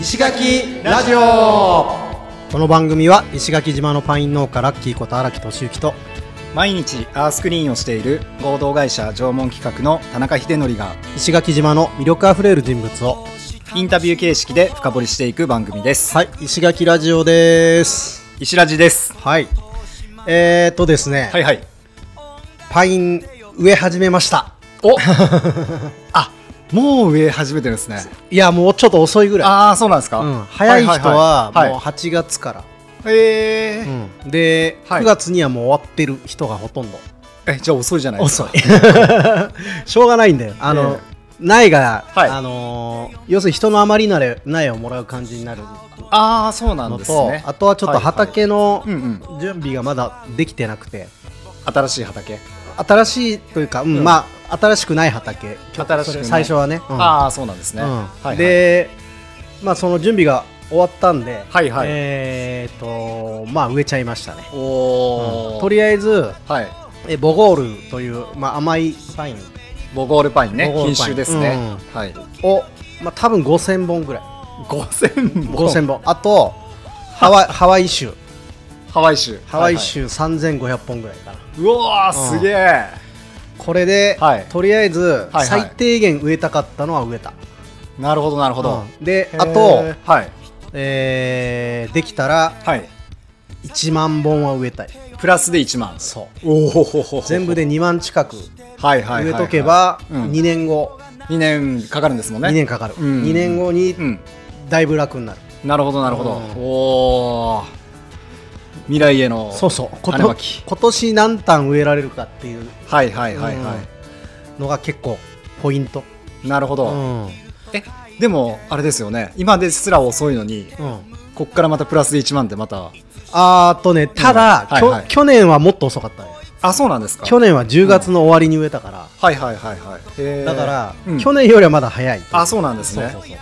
石垣ラジオこの番組は石垣島のパイン農家ラッキーこと荒木俊之と毎日アースクリーンをしている合同会社縄文企画の田中秀則が石垣島の魅力あふれる人物をインタビュー形式で深掘りしていく番組です、はい石垣ラジオです石ラジですはいえー、とですね、はいはいパイン植え始めましたおあもう植え始めてるんですねいやもうちょっと遅いぐらいああそうなんですか、うん、早い人ははいもう8月から、はいえーうんで、はい9月にはもう終わってる人がほとんどえじゃあ遅いじゃないです遅かい しょうがないんだよあの、え苗が、はいあのー要するに人の余りなれ苗をもらう感じになるああそうなんのですと、ねあとはちょっと畑のはいはいうん準備がまだできてなくて、新しい畑、新しいというか、うんうんまあ新しくない畑新しくないそれ最初はね、うんああそうなんですね、うんはいはい、で、まあ、その準備が終わったんで、はいはいえっ、とまあ植えちゃいましたね、おお、うんとりあえずはいえボゴールという、まあ、甘いパインボゴールパインねボゴール品パイン種ですね、はいを、まあ、多分5000本ぐらい5000本5000本あとハワイハワイ州ハワイ州ハワイ州3500本ぐらいかな、うわー、うすんげえこれで、はいとりあえずはい最低限植えたかったのは植えた、なるほどなるほど、うんでへーあと、はいえーできたらはい1万本は植えたいプラスで1万そうおお全部で2万近くはいはいはい植えとけばうん2年後、 2年かかるんですもんね2年かかる、うん2年後にうんだいぶ楽になる、なるほどなるほど、うんおお未来へのそうそうこ種まとき今年何単植えられるかっていうはいはいはいはのが結構ポイント、いなるほうど、んうんえでもあれですよね今ですら遅いのにこっからまたプラスで1万ってまたあーっとねただ、うんはいきょはい去年はもっと遅かったねあそうなんですか去年は10月の終わりに植えたから、はいはいはいはいへーだから、うん去年よりはまだ早いあそうなんですねそうそうそう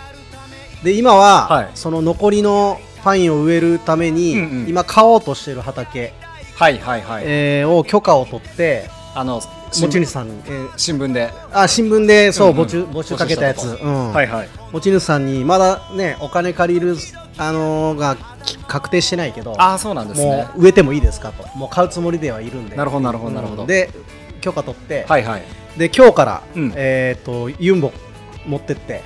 で今は、はいその残りのパインを植えるために、うんうん今買おうとしてる畑、はいはいはい、えーを許可を取ってあの持新ち聞主さんに、えー新聞であ新聞でそう、うんうん募集募集かけたやつ、募集しうんはいはい持ち主さんにまだねお金借りる、あのーがき確定してないけどああそうなんですねもう植えてもいいですかともう買うつもりではいるんでなるほどなるほどなるほどうんで許可取って、はいはいで今日から、うんえっ、とユンボ持ってって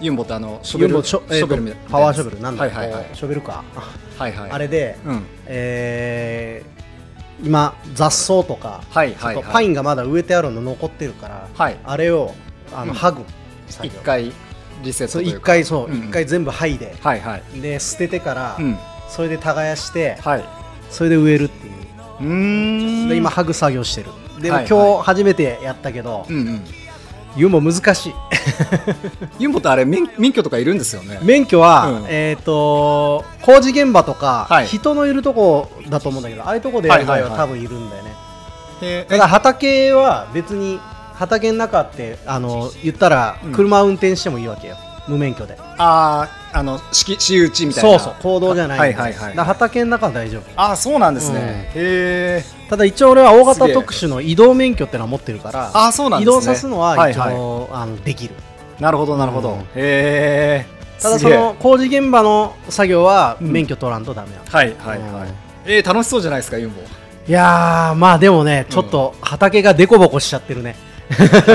ユンボってあのショユベンルボショ,、えーとショベルみたいなパワーショベルなんだはいはいはいショベルか、はいはいあれで、うんえー今雑草とか、はいはいちょっとはパイいンがまだ植えてあるの残ってるから、はいあれをあの、うん剥ぐ作一業回リセットそとうい一うか回そううん一、回全部剥いで、はいはいで捨ててから、うんそれで耕して、はいうそれで植えるっていうーんで今剥ぐ作業してるでも、はい今日初めてやったけど、うんうんユンボ難しいユンボってあれ免免許とかいるんですよね免許は、うんえっ、と工事現場とか、はい人のいるとこだと思うんだけどああいうとこでやる場合はいははい多はい分いるんだよね、えただ畑は別に畑の中ってあの言ったらうん車運転してもいいわけよ、無免許であーあの敷私有地みたいそなうそう行動じゃないんはでいはいはだいから畑の中は大丈夫あーそうなんですねへえただ一応俺は大す型げえ特殊の移動免許ってのは持ってるからあーそうなん移ですね動さすのは一応、いはあのできるいなるほどなるほうんどへえただその工事現場の作業は免許取らんとダメなの、はいはいはういんえー楽しそうじゃないですかユンボいやーまあでもねちょっと畑がデコボコしちゃってるね、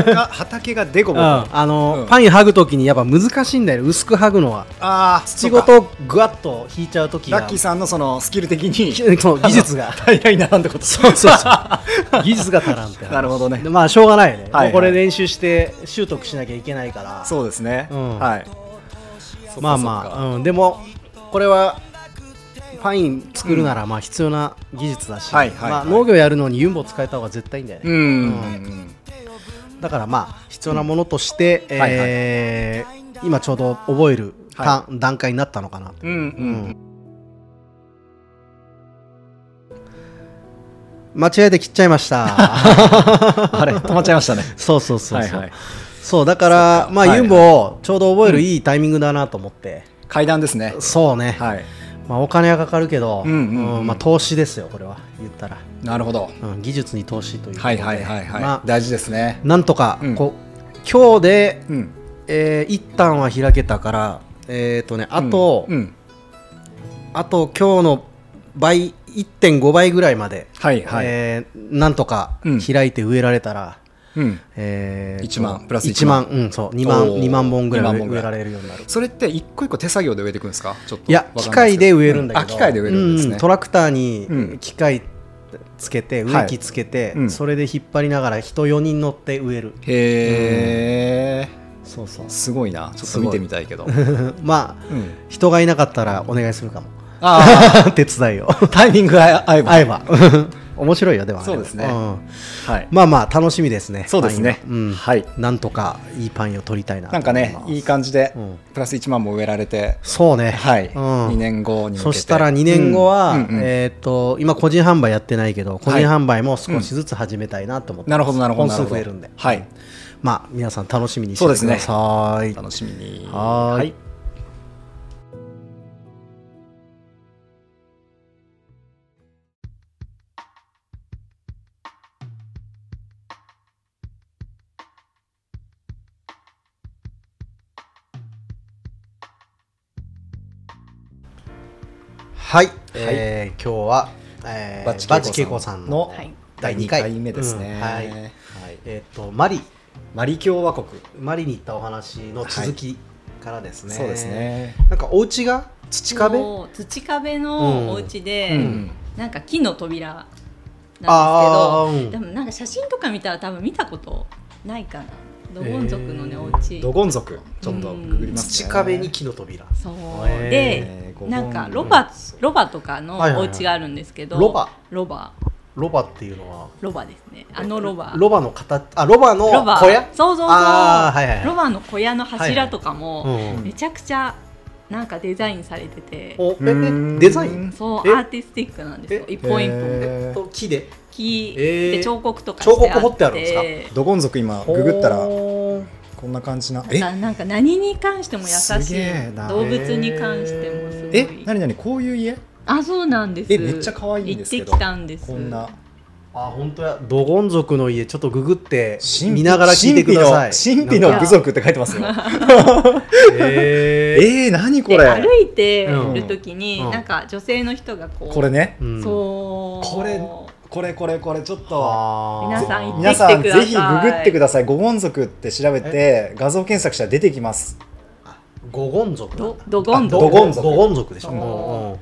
が畑 がデコうん、ボコああの、うんパイン剥ぐときにやっぱ難しいんだよ薄く剥ぐのはあーそ土うごかとぐわっと引いちゃうときがラッキーさんのそのスキル的にそう 技術が 平らにならんってことそうそうそ う技術が足らんって話なるほどねでまあしょうがないよね、はいはいもうこれ練習して習得しなきゃいけないからそうですね、うんはいまあまあ、うん、でもこれはパイン作るならまあ必要な技術だし、はいはいはいまあ、農業やるのにユンボ使えた方が絶対いいんだよね、うん、うんだからまあ必要なものとして、んはいはいえー今ちょうど覚える、はた段階になったのかなと、うんうんうん間違えて切っちゃいました あれ止まっちゃいましたねそうそうそうそう、はいはいそうだからまはあ、いはいユンボをちょうど覚えるいいタイミングだなと思って、階段ですねそうね、はいまあ、お金はかかるけど、うんうんうんまあ、投資ですよこれは言ったら、なるほどうん、技術に投資ということではいはいはいはい、まあ、大事ですねなんとかうんこう、今日で、うんえー一旦は開けたから、えっ、とねあと、うん、あと今日の倍1.5倍ぐらいまで、はいはいえーなんとかうん開いて植えられたら、うん、えーと1万プラス1 1万万うんそう2万おー2万本ぐら2い万植え本ぐ植えらいられるようになるそれって一個一個手作業で植えていくんですかちょっといやわか機んな械いすけでど植えるんだけあど、機械で植えるんですね、うトラクターうにん機械つけて植木つけて、うんそれで引っ張りながら人4人乗って植えるへえ、そ うそうすごいなちょっすとごい見てみたいけど、まあうん人がいなかったらお願いするかもあ 手伝いをあタイミングが合えば会えば 面白いよでもあれそうですねんはいまあまあ楽しみですねそうですねパインはうんはいなんとかいいパインを取りたいなとなんかね思ますいい感じで、うんプラス1万も植えられてそうねはい、うん2年後に向けてそしたら2年後は、うんうんうんえー、と今個人販売やってないけど個人販売も少しずつ始めたいなと思って、なるほどなるほど本なる数ほど増えるんではいまあ皆さん楽しみにしててください、楽しみにはーいはい、えー今日は、えーバッチバチケ恵イコ子ささんんの、のはい第第2 2回回目ですね、うんはいはいえー、とマリマリ共和国マリに行ったお話の続きからですね、そうですねなんかお家が土壁もう土壁うんのお家で、うんなんか木の扉なんですけあど、ーでもなんか写真とか見たら多分見たことないかなドゴン族のね、えーお家ドゴン族ちょっとググります、ね、土壁に木の扉そう、えーでなんかゴロンバロバとかのはいはいはおい家があるんですけど、ロバロバロバっていうのはロバですねあのロバロバの形あロバのロバ小屋そうそうそう、あーはいはいはいロバの小屋の柱とかうも、んめちゃくちゃなんかデザインされてて、おうーええんデザインそうえアーティスティックなんですよえ一本一本えっと木で木えーで彫刻とかして彫あって、刻彫ってあるんですかドゴン族今ググったらほーこんな感じななんえかなんか何に関しても優しすいげえな動物に関してもすごいえ何何こういう家あそうなんですえめっちゃ可愛いんですけど行ってきたんですこんなあ本当やドゴン族の家ちょっとググって神秘見ながら聞いてください神秘の神秘の部族って書いてます よえーえー、何こでれ歩いてる時に、うんうんなんか女性の人がこうこれねうんそうこれこれこれこれちょっとあー皆さん行って皆さん見てくださぜいひググってください「ゴゴン族」って調べて画像検索したら出てきますゴゴン族ドドゴンド族ゴン族ドゴゴン族でしょそううんうん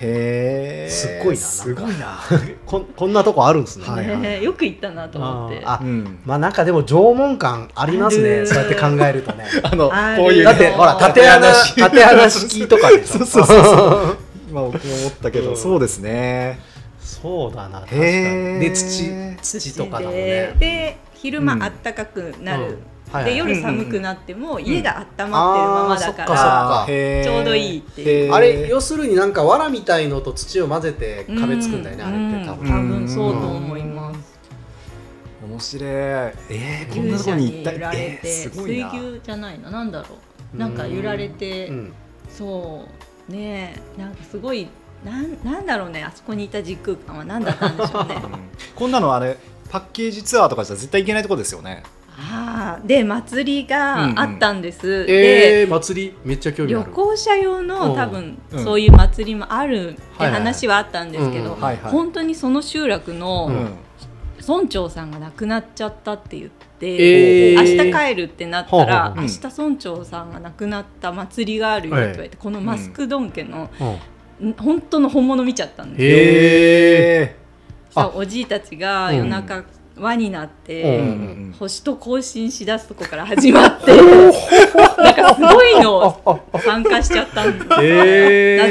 へえすっごいなすごいな、こん こんなとこあるんですねはいはいねえよく行ったなと思ってあーあうん、まあなんかでも縄文感ありますあねるそうやって考えると ねあのあーこういうだってあーほら縦穴式縦穴式とかでしそょうそうそうそう今僕も思ったけど、そうですねそうだな確かにへーで土土とかだもんでねで昼間うんあったかくなる、うんはいはいで夜寒くなっても家が温まってるままだかあーそっら、かへーちょうどいいっていうへーあれ要するになんか藁みたいのと土を混ぜてう壁作んだよねあれって多う分ん多分そうと思います面白いえー、こん牛なとこ舎に行にった揺られえー、て、すごい水な牛じゃないななんだろうなんか揺られて、うんそうねえなんかすごいなんなんだろうねあそこにいた時空間は何だったんでしょうねこんなのあれパッケージツアーとかじゃ絶対行けないとこですよねあーで祭りがあったんです、で、えー祭りめっちゃ興味あ旅る行者用うのん多分うんそういう祭りもあるってはいはい話はあったんですけうんどうんはいはい本当にその集落うのん村長さんが亡くなっちゃったって言って。えー明日帰るってなったら、ほうほうほう明日村長さんが亡くなった祭りがあるよって言われて、このマスクドン家の、うんん本当の本物見ちゃったんですよ。へええそあうおじいたちが夜中、輪になっーうて、うんんうん星と交信しだすとこから始 まってなんかすごいの参加しちゃったんですよ、えー な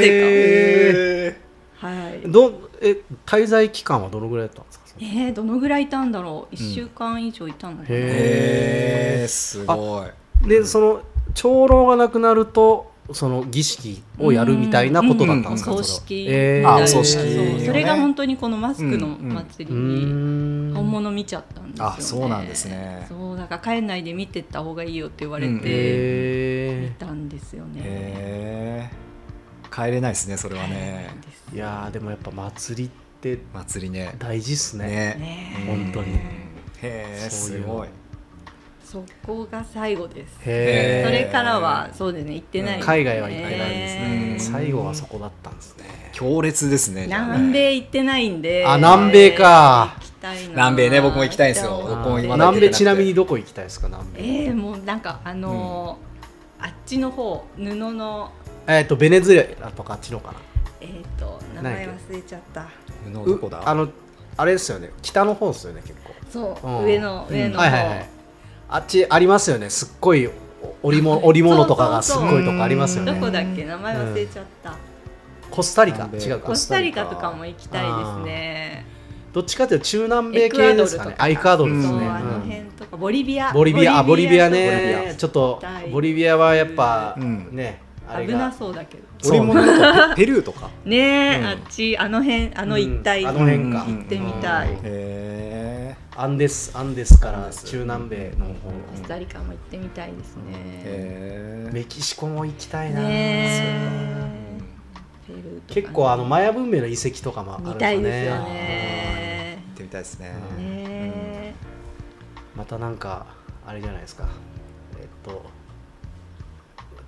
えぜか。はいどえ滞在期間はどのぐらいだったんですかえー、どのぐらいいたんだろう1週間以上いたのかな、へえー、すごいでその長老が亡くなるとその儀式をやるみたいなことだったんですか、うそれん葬は式えあー、お葬式そうそれが本当にこのマスクのうんうん祭うりにーん本物見ちゃったんですよ、ねあそうなんですねそうだから帰んないで見てった方がいいよって言われうんて見えたんですよね、へえ帰れないですねそれはねですー、いやーでもやっぱ祭りって祭りね大事っすねねね本当にへえそすういうのごいそこが最後です。へえそれからはそうですね行ってない、うん海外は行ってないですねうん最後はそこだったんですね強烈ですね。じゃあね南米行ってないんで。あ南米か行きたいな。南米ね僕も行きたいんですよ行きた僕もいな今だけ南米ちなみにどこ行きたいですか南米えー、もうなんかあのーあっちの方布のえっとベネズエラとかあっちのかなえっ、と名前忘れちゃった。布どこだうあのあれですよね北の方ですよね結構そう、うん上の上の方。はいはいはいあっちありますよねすっごいお織物織物とかがすっごいとこありますよどねこだっけ名前忘れちゃった、コスタリカ南違米うかコスタリカとかも行きたいですねどっちかというと中南米系ですかねあエエククアアドドルルでとすかね、そうあの辺とかボリビアうんボリビアあボリビアボリビねアちょっと行きたいボリビアはやっぱ、うんねあれ危ながそうだけどそう俺もなんかペペルーとか。ねえ、うんあっちあの辺あの一帯、うんあの辺か行ってみたういんへアンデスアンデスかアンらデス中南米の方コスタリカも行ってみたいですね。え。メキシコも行きたいな、ねえペルーとかね結構あのマヤ文明の遺跡とかもあるん見ですたよいねですよね。行ってみたいですね。うねえまたなんかあれじゃないですかえっと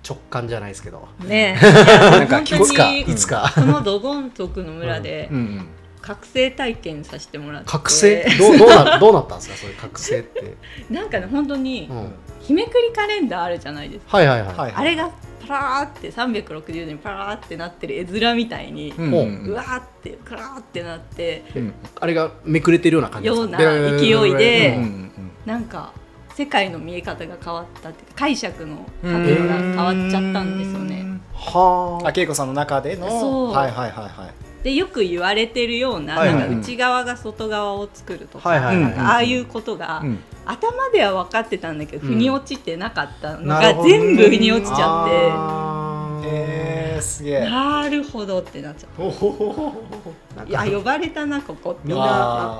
直感じゃないですけどねえ。なんか本当いつかにいつか、このドゴン族の村でうんうん。覚醒体験させてもらって。覚醒どうどうなどうなったんですかそれ覚醒って、なんかね本当にうん、日めくりカレンダーあるじゃないですか。はいはいはい、はいあれがパラーって360度にパラーってなってる絵面みたいに、うんうわーってカラーってなってうんあれがめくれてるような感じですかような勢いでうんなんか世界の見え方が変わったっていうか解釈のう角ん度うんが変わっちゃったんですよね。。はああ、恵子さんの中での。そうはいはいはいはい。でよく言われてるような,、はいはいなんか内側が外側を作るとか、はいはいはい、うんああいうことが、うん頭では分かってたんだけど、うん腑に落ちてなかったのなるがほどね全部腑に落ちちゃあーえー、すげってえ。なるほどってなっちゃった。なんいやか呼ばれたなここってみんなあ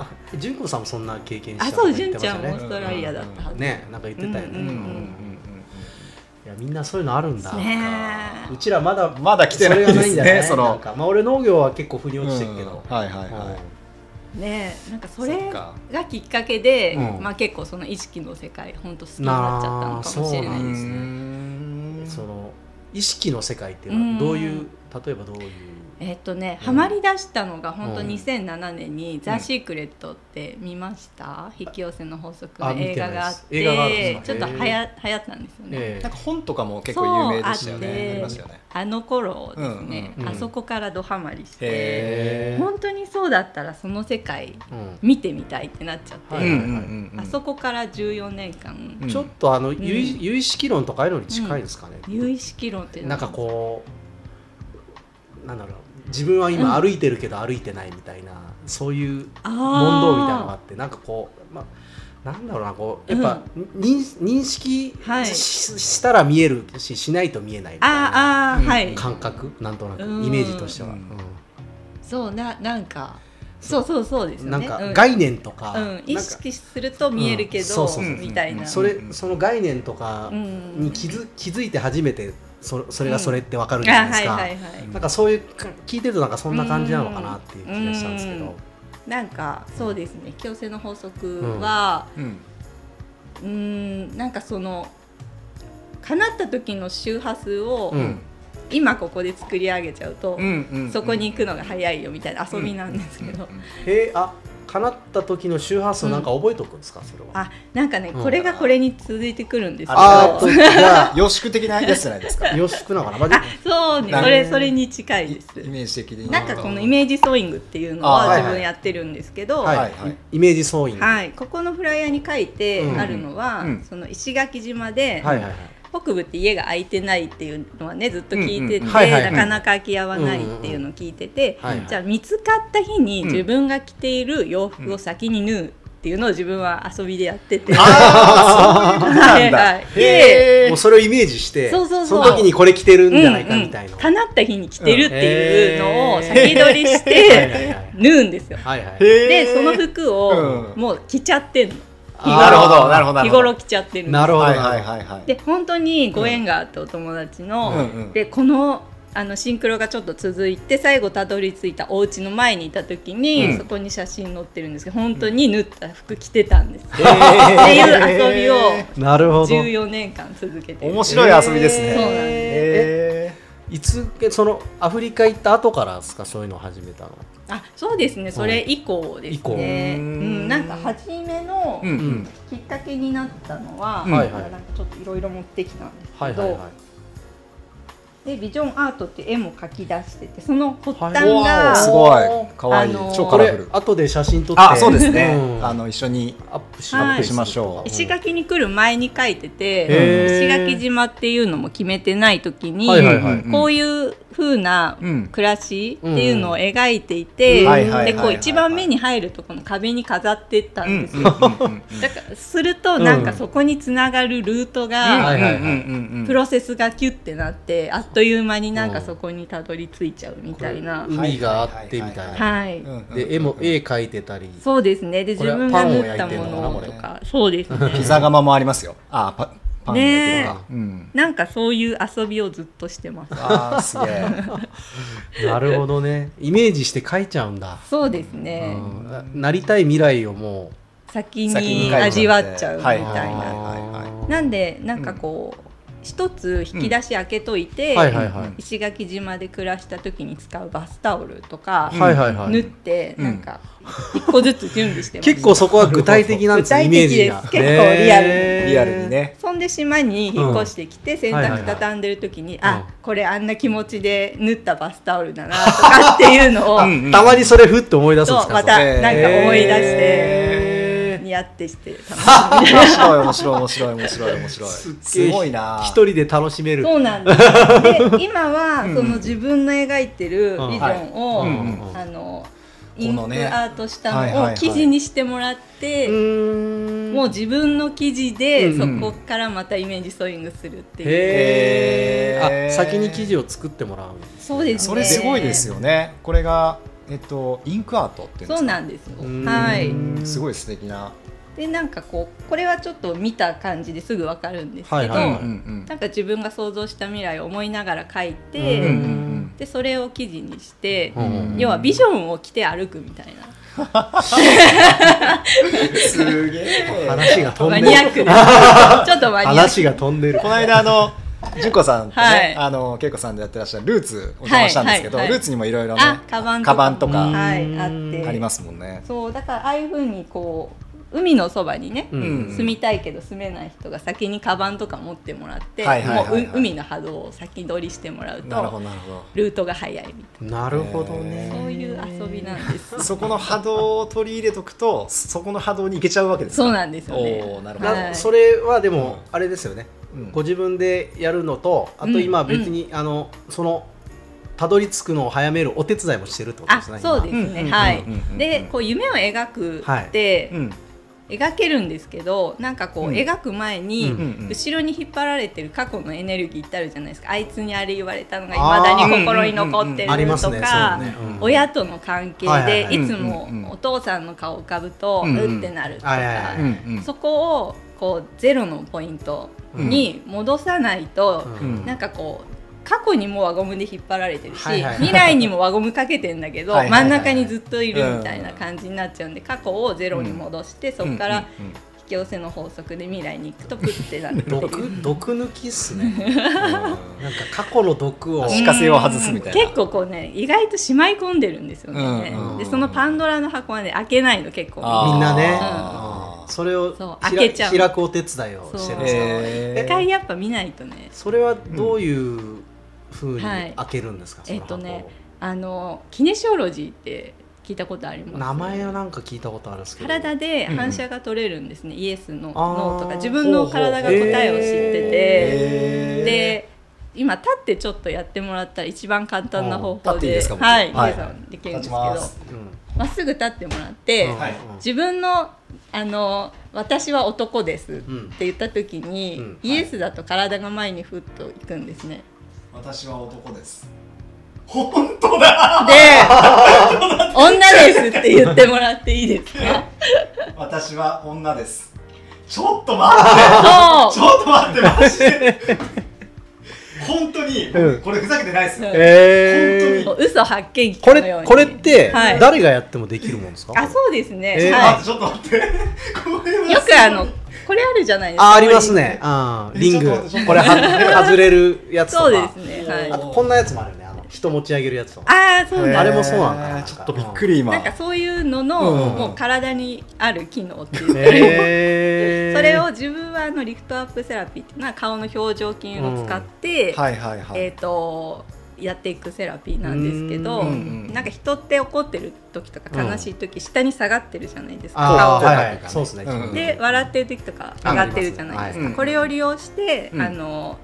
あ純子さんもそんな経験したあとかそう言っ純てちゃんまもオーしたスよトラリアだったはず、ねねなんか言ってたよね、うんうんうんうんうんいやみんなそういうのあるんだ、ねうちらまだまだ来てないですねそれがないんだねそのなんかまあ俺農業は結構腑にう落んちてるけど、はいはいうんはい。えねえなんかそそっれかがきっかけで、うんまあ結構その意識の世界本当好きになっちゃったのかもしれうなんないであすそうね。んその意識の世界っていうのはどういう、うん例えばどういうえっとね、うんハマり出したのが本当うん2007年に「ザ・シークレット」って見ました、引き寄せの法則のあ見映てないです画があって映画があるんですちょかっとはや流行ったんですよね。ええなんか本とかも結構有名でしたよそうあっね。てありますよね。あの頃ですね、うんうんうんあそこからドハマりしてへー本当にそうだったらその世界うん見てみたいってなっちゃって、はいはいはいあそこから14年間、うんちょっとあの、ん有意有意識論とかああいうのに近いんですかね、有意識論っていうのなんかこうなんだろう自分は今歩いてるけど歩いてないみたいな、そういうあー問答みたいなのがあってなんかこう、まあ、なんだろうなこうやっぱ、認認識はいし,し、したら見えるししないと見えないみたいなあーあー、うんはい感覚なんとなくうんイメージとしては、うんそうななんかそうそうそうですうんよねなんかうん概念とか,、うん、意なんか識すると見えるうけんそどうそうそうみたいな。それその概念とかうんに気づ気づいて初めてそそれがそれってわかるじゃないですか、あはいはいはい。なんかそういうか聞いてるとなんかそんな感じなのかなっていう気がしたんですけど、なんかそうですね。強制の法則は、うんうーん、なんかその叶った時の周波数をうん今ここで作り上げちゃうとう、んうんそこに行くのが早いよみたいな遊びなんですけど。へえあ叶った時の周波数なんか覚えとくんですかそれは、あ、なんかね、うんこれがこれに続いてくるんですけど。あーあっあととじゃ予宿的なやつじゃないですかあよしくなのかな、まあでもそうね。なんかそれそれに近いです。イメージ的になんかこのイメージソーイングっていうのあははいはい自分やってるんですけど、はいはいはいイメージソーイングはい、ここのフライヤーに書いてあるのは、うんうんその石垣島で、はいはいはい北部って家が空いてないっていうのはねずっと聞いてうて、んうんはいはいなかなか空き家はないっていうのを聞いてて、うんうんうんじゃあ見つかった日うにん自分が着ている洋服を先に縫うっていうのを自分は遊びでやってて。ああそういうことなんだはいはいでへえもうそれをイメージしてそうそうそうの時にこれ着てるんじゃないかみたいな、うんうん叶った日に着てるっていうのうをん先取りしはいはいはてい縫うんですよ。はいはいへでえその服をうんもう着ちゃってんのあーなるほどなるほどなる日ほど頃着ちゃってるんですなるほどはいはいはいはいで本当にご縁があったお友達の、うんうんでこのあのシンクロがちょっと続いて最後たどり着いたお家の前にいた時に、うんそこに写真載ってるんですけど本当に縫った服着てたんです、っていう遊びをなるほど14年間続けてる面白い遊びですね。そうなんですえいつそのアフリカ行った後からですかそういうのを始めたのあそうですねそれ以降で以す降ね、ううんん、なんか初めのーうんうんきっかけになったのは、うんはいはいなんかちょっといろいろ持ってきたんですけど、はいはいはいでビジョンアートっていう絵も描き出しててその発端が、はいわあすごい可愛いあのー超カこラフれル。後で写真撮ってあそうですね。うんあの一緒にアップし,、はいしましょう石垣に来る前に書いてへてー石垣島っていうのも決めてない時に、はいはいはいこういう風なうん暮らしっていうのを描いていて、うんはいはいはいはいでこう一番目に入るとこの壁に飾ってったんですよ。だからするとなんかそこにつながるルートはが、いはいはいプロセスがキュッてなってあっという間になんかそこにたどり着いちゃうみたいな。海があってみたいな、はい、で絵も絵描いてたりそうですねで自これは分が縫ったもパンのを焼いてとんのかそうですねピザ窯もありますよ。あパパン焼いてるのかね。うん。なんかそういう遊びをずっとしてます。あーすげえ。なるほどねイメージして描いちゃうんだ、そうですうね。んななりたい未来をもう先先に書いにて味わっちゃうみたいはいはいな。はいはなんでなんかこう一つ引き出し開けといて、はいはいはい、石垣島で暮らした時に使うバスタオルとかはいはいはい縫ってうんなんか一個ずつ準備してます。結構そこは具体的なんですねイ具メー体的ジですが結構リアルに へーリアルにね。そんで島に引っ越してきて洗はいはいは濯い畳んでる時に、うんあこれあんな気持ちで縫ったバスタオルだなとかっていうのをんたまにそれふって思い出すんでとすかまたそれなんか思い出してへーニヤってして楽しんで面白い面白い面白い面白い面白い。すごいな。一人で楽しめるそうなんです。で、今はうんその自分の描いてるビジョンを、うんうんあのイこンのクねアートしはいたはいのはをい記事にしてもらって、んもう自分の記事でうそんこからまたイメージソーイングするっていう。へえへーあ先に生地を作ってもらうんですそうですね。それすごいですよね。これがえっとインクアートっていうんですか。そうなんですよ。うんはい。すごい素敵な。で、なんかこうこれはちょっと見た感じですぐわかるんですけど、はいはいはいんなんか自分が想像した未来を思いながら書いて、うんうんうんでそれを記事にして、うんうん要はビジョンを着て歩くみたいな。すげえ。話が飛マんニでアるッ クなちょっとマニアック話が飛んでるこの間あの純子さんとね、はいあの恵子さんでやってらっしゃるルーツお邪魔したんですけど、はいはいはいルーツにもいろいろねあ、カバンとかもとかうんはい、あってありますもんね。そうだからああいうふうにこう海のそばにね、うんうん住みたいけど住めない人が先にカバンとか持ってもらって、はいはいはいはいもうう海の波動を先取りしてもらうなるほとどなるほルートが早いみたなるほどいなねそういう遊びなんですど。そこの波動を取り入れとくとそこの波動に行けちゃうわけですかそうなんですよねおーなるほどは、ないそれはでもあれですよねうんご自分でやるのとあと今別にあのそのたどり着くのを早めるお手伝いもしてるってことあですねそうです今ね、はい、うんうんうんうんでこう夢を描くって、うん描けるんですけどなんかこう、うん描く前に、うんうん後ろに引っ張られてる過去のエネルギーってあるじゃないですかあいつにあれ言われたのがいまだに心に残ってありるますとねか、そうねうん親との関係で、はいはいいはいつもうんうんうんお父さんの顔を浮かぶと、ううんうんってなるとか、はいはいはいうんうんそこをこうゼロのポイントに戻さないと、うんなんかこう。過去にも輪ゴムで引っ張られてるし、はいはい未来にも輪ゴムかけてんだけど はいはいはい真ん中にずっといるみたいな感じになっちゃうんで過去をゼロに戻して、そこからうんうん引き寄せの法則で未来に行くとプッてなるっていう毒毒抜きっすね なんか過去の毒を確かに枷を外すみたいなうん結構こうね意外としまい込んでるんですよね、うんでそのパンドラの箱はね開けないの結構あーみんなねうんうんそれをそうひら開けちゃう開くお手伝いをしてるんですかえー一回やっぱ見ないとねそれはどういうふうにはい開けるんですか、えっそとの箱をねあのキネシオロジーって聞いたことあります名前はなんか聞いたことあるんですけど体で反射が取れるんですね、イエスのあーノーとか自分の体が答えを知ってへて、ーで今立ってちょっとやってもらったら一番簡単な方立法っていいでですか僕はい、はい皆さんできるんですけど立ちますうんまっすぐ立ってもらって、うんはい自分のあの「私は男です」ってん言った時に、うんイエスだと体が前にふっといくんですね。私は男です。本当だ。で「女です」って言ってもらっていいですか私は女です。ちょっと待って。そうょっと待ってマジで。本当に、うんこれふざけてないですよ、うんえー、嘘発見器このようれにこれってはい誰がやってもできるもんですか、あそうですね、えーはあちょっと待ってこれはいよくあのこれあるじゃないですかあありますねあーリンちグょっと待ってこれは外れるやつとかそうですねはいあとこんなやつもあるよねあの人持ち上げるやつとかああそうあなんれだもそうなんだなんかちょっとびっくり今なんかそういうのうんの、もう体にある機能っていうか、えー、 それを自分はあのリフトアップセラピーっていうのは顔の表情筋を使って、はいはいはい、えっ、とやっていくセラピーなんですけど、うんなんか人って怒ってる時とか悲しい時、下に下がってるじゃないですか。あー顔はとかいはいそうですね、うんで笑ってる時とか上がってるじゃないですか。あうんこれを利用して、うんあの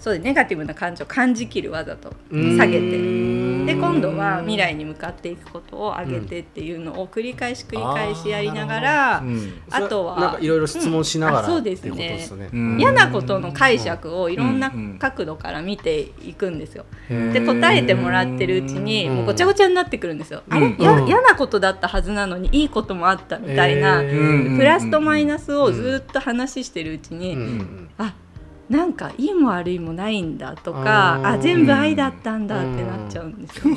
そうですネガティブな感情を感じきるわざとうん下げて。うんで今度は未来に向かっていくことを上げてっていうのを繰り返し繰り返しやりながら、うんあとはなんかいろいろ質問しながら、うんあそうですってねことですよね。うん嫌なことの解釈をいろんなうん角度から見ていくんですよ。うんで答えてもらってるうちにうんもうごちゃごちゃになってくるんですよ。うんあれうんや嫌なことだったはずなのにいいこともあったみたいな、えうんプラスとマイナスをずっと話してるうちに、うんあなんかいいも悪いもないんだとかうんあ全部愛だったんだってなっちゃうんですよ。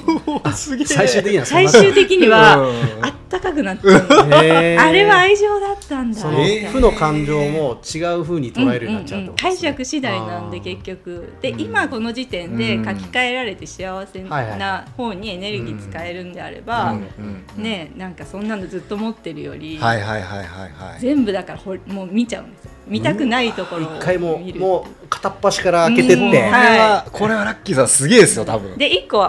すげえ最終的にはそん最な終的にはうんあったかくなっちゃうんですよへーあれは愛情だったんだその負の感情も違う風に捉えるようになっちゃうってこと解ですね釈次第なんで結局で、うん今この時点で書き換えられて幸せはいはいな方にエネルギー使えるんであれうんうば、んうんねなんかそんなのずっと持ってるより、はいはいはいはいはい全部だからほもう見ちゃうんですよ見たくないところを見る、一回ももう片っ端から開けてって、うこんれはいはこれはラッキーさんすげえですよ多分で一個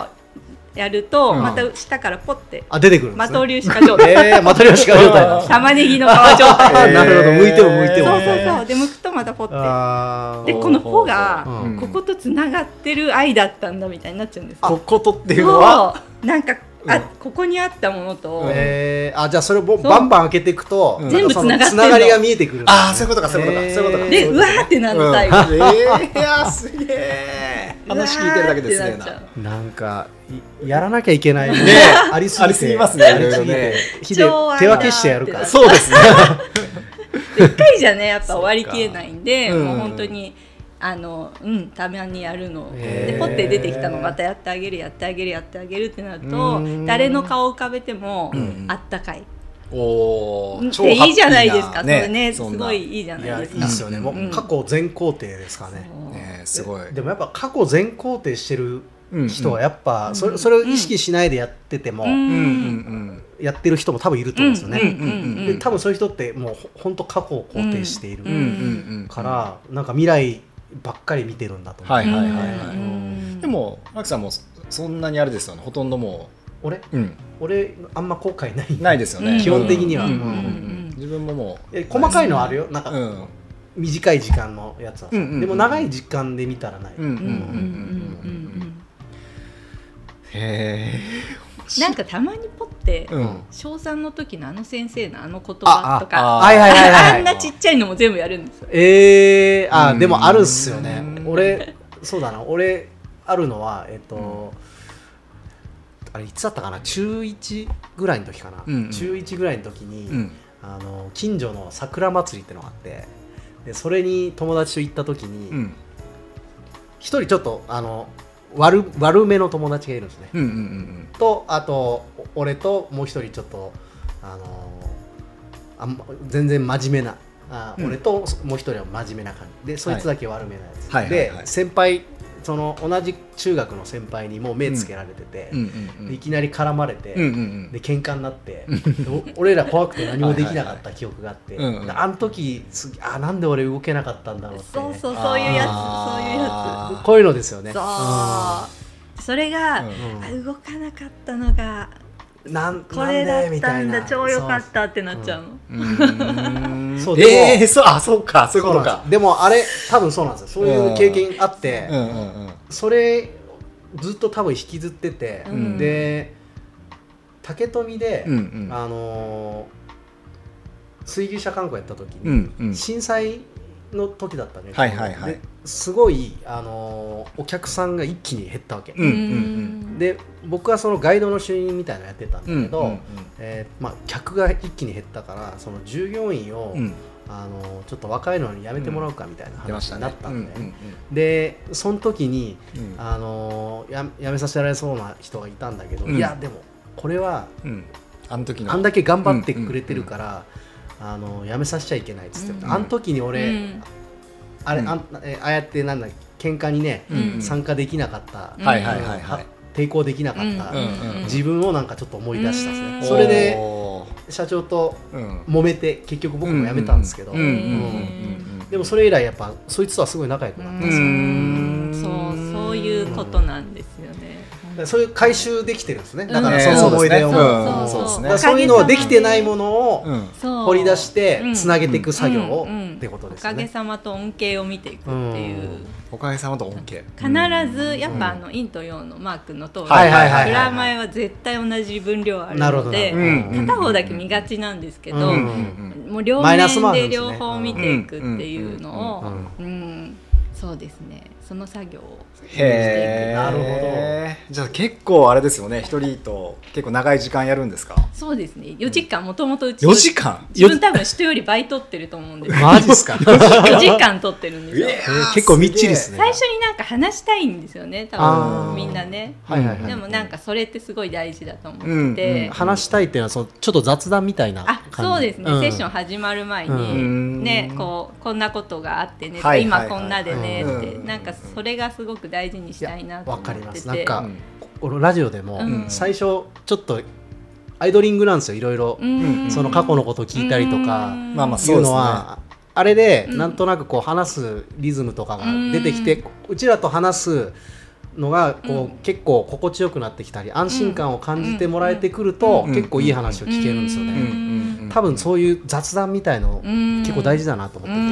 やると、うんまた下からポッてあ出てくるんで的すね。流しか状態えー、また漁師か状態なんですね。玉ねぎの皮 状態あーなるほど向いても向いてそうもそうね。そうで剥くとまたポッあてーでこの「ほ」が、うんうんこことつながってる愛だったんだみたいになっちゃうんですよこことっていうのはそうなんか、あここにあったものと、えー、あじゃあそれをぼうバンバン開けていくと、うん全部繋がってんのつながりが見えてくるんですね。ああそういうことかそういうことかえーそういうことかでうわーってなる最後、うんえーいやーすげえ 話聞いてるだけですげえうわーってなっなちゃうなんかいやらなきゃいけないねありすぎてありすぎますねありすぎいろいろてね火で手分けしてやるか超そう愛だなってなっそうですねで一回じゃねやっぱ終わりきれないんでそうかもううん本当にあのうんたまにやるのへーでポッて出てきたのまたやってあげるやってあげるやってあげるってなるうとん誰の顔を浮かべてもんあったかいおっー超ていいじゃないですハッかそピーれねすそんなごいいいじゃいなやいいでいすでかすよねもううん過去全肯定ですかねねすごいでもやっぱ過去全肯定してる人はやっぱんそれそれを意識しないでやっててもうんうんうんやってる人も多分いると思うんですようんねうんうんうんで多分そういう人ってもうほほんと過去を肯定していうんうんるうんうんからなんか未来ばっかり見てるんだと思うはいはいはいはいうんでもマキさんもそそんなにあれですよねほとんども俺ううん俺あんま後悔ないないですよね基本的にはうんうんうんうん自分ももうえ細かいのはあるよなんかうんうん短い時間のやつはさ、うんうんうんでも長い時間で見たらない、うんうんうんうんうんうんううんうんんへなんかたまにポッてえうん小3の時のあの先生のあの言葉とああかはいはいはいはいあ んなちっちゃいのも全部やるんですよえー、あ、うんでもあるっすよねうん俺そうだな俺あるのはえっと、あれいつだったかな中1ぐらいの時かな、うんうん中1ぐらいの時に、うんあの近所の桜祭りってのがあってでそれに友達と行った時うにん一、人ちょっとあの悪悪めの友達がいるんですね、うんうんうんとあとお俺ともう一人ちょっとあのーあんま全然真面目なあ、うん俺とそもう一人は真面目な感じでそいつだけ悪めなやつ、はいはいはいで、はい先輩その同じ中学の先輩にもう目つけられてて、うんうんうでいんきなり絡まれて、うんうんで喧嘩になってでお俺ら怖くて何もできなかった記憶があってはいはいはいうんうんあの時すあなんで俺動けなかったんだろうってそうそうそういうやつそういうやあーこういうのですよねつそうそれが、うんあ動かなかったのがうんなんこれなだんでっみたたいんだな超良かったってなっちゃうのうーんそうでもええそうあそうかそういうことなんかですでもあれ多分そうなんですよそういう経験あって、うんうんうんそれずっと多分引きずってて、うんで竹富で、うんうんあのー水牛車観光やった時うに、んうん震災の時だったね、はいはいはいですごい、あのーお客さんが一気に減ったわけ、うんうんで僕はそのガイドの主任みたいなのやってたんだうんけど、うんえーまあ、客が一気に減ったからその従業員を、うんあのちょっと若いのにやめてもらうかみたいな出まし話たにねなったんで、うんでその時にうんうんあのややめさせられそうな人がいたんだけど、うんいやでもこれはうんあの時のあんだけ頑張ってくれてるから、あのやめさせちゃいけないっつってた、うんあの時に俺、うんあれ、うんあんえああやってなんだ喧嘩にね、うんうん参加できなかった、うんはいはいはいはあい抵抗できなかった、うんうん自分をなんかちょっと思い出したんですね、うんそれでおー社長とうん揉めて結局僕も辞めたんですけど、うんうんうんうんでもそれ以来やっぱそいつとはすごい仲良くなったんうですよ、んそうそういうことなんですよね。だからそういう回収できてるんですねだかうらんその思い出を、ねそうそううんそうだでからすねそういうのはできてないものを、うんそう掘り出してうんつなげていく作業をうんうんってことですおよかげね。さまと恩恵を見ていくっていう。うんおかげさまと恩恵必ずやっぱあの陰と陽のマークの通り、はいはいはいはい裏前は絶対同じ分量あるなるほのどなで、るほどうん片方だけ見がちなんですけど、ううんんもう両マイナスもあ面るでんですね両方見ていくっていうのうん、をうん、そうですね。その作業をへえなるほどじゃあ結構あれですよね一人と結構長い時間やるんですかそうですね。4時間もともとうち4時間自分多分人より倍取ってると思うん ですよ。マジっす か4時間取ってるんですよ。えー結構みっちりですね。最初になんか話したいんですよね。多あー分みんなね。はいはいはいでもなんかそれってすごい大事だと思って。話したいっていうのはそのちょっと雑談みたいなあ感じそうですね、んセッション始まる前に、んねこうこんなことがあってね、はいはいはい今こんなでねって、うんなんかそれがすごく大事にしたいなとわ思かっててりますなんか、うん俺ラジオでも、うん最初ちょっとアイドリングなんですよいろいろ、うんその過去のことを聞いたりとか、うんまあまあいそううですのねはあれでうんなんとなくこう話すリズムとかが出てきて、うちらと話すのがこう、うん結構心地よくなってきたり安心感を感じてもらえてくると、うん結構いい話を聞けるんですよね、ううんうんうん多分そういう雑談みたいの、うん結構大事だなと思ってて、う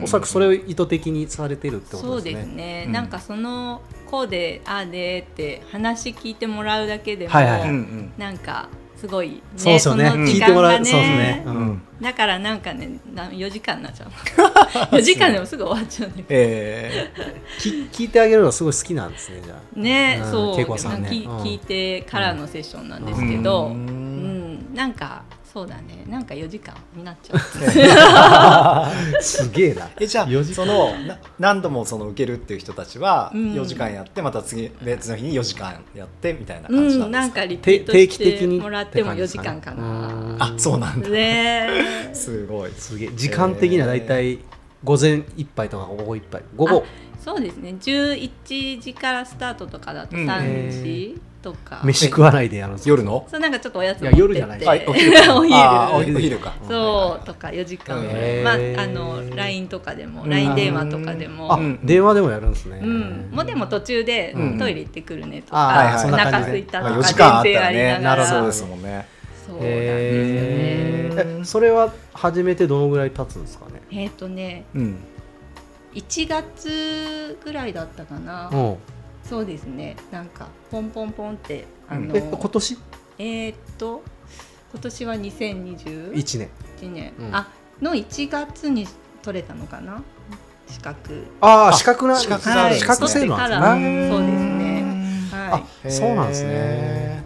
んおそらくそれを意図的にされてるってこそとうでですすね。ね、うんなんかそのこうでああでって話聞いてもらうだけでも、はいはいはういんなんかすごい、ね、そうですよねその聞時いて間もらがうそうでねすね、ううんんうんだからなんかねな4時間になっちゃう 4時間でもすぐ終わっちゃうんだけどえき聞いてあげるのがすごい好きなんですねじゃあね、うんそう、恵子さんねでも聞うん聞いてからのセッションなんでーすけど、ううんんなんかそうだね、なんか4時間になっちゃう。 すげえなえじゃあ4時間そのな何度もその受けるっていう人たちはうん4時間やってまた次別の日に4時間やってみたいなう感じなんん、でなすんか、かリピてートし定期て的にもらっても感じ4です時ね間かうな。んあそうなんだねえすごいすげえ時間的には大体午前一杯とか午後一杯午後そうですね、11時からスタートとかだとうん3時とか。飯食わないでやるんですよ夜のそう、なんかちょっとおやつい持やってって。夜じゃ ないはいおお昼あーお昼お昼かそう、とか4時間ぐらい。へーまあ、あの、LINE とかでも、うん LINE 電話とかでも。あ、うん電話でもやるんですね、うん、もうでも途中でうんトイレ行ってくるねとあか、ーはいはいお腹空いたまとあか、 4時間あった全然らありねなながら、るそほうどですもんねそうなんですよへね。えそれは始めてどのぐらい経つんですかねえっ、とね、うん1月ぐらいだったかな、うんそうですね、なんかポンポンポンってあうんの、え今年えっ、と今年は2021 1年年、うんあの1月に取れたのかな資格、ああ資格な資格があるんですね資格制度なんですねはいそうあ、ですねはいそうなんですね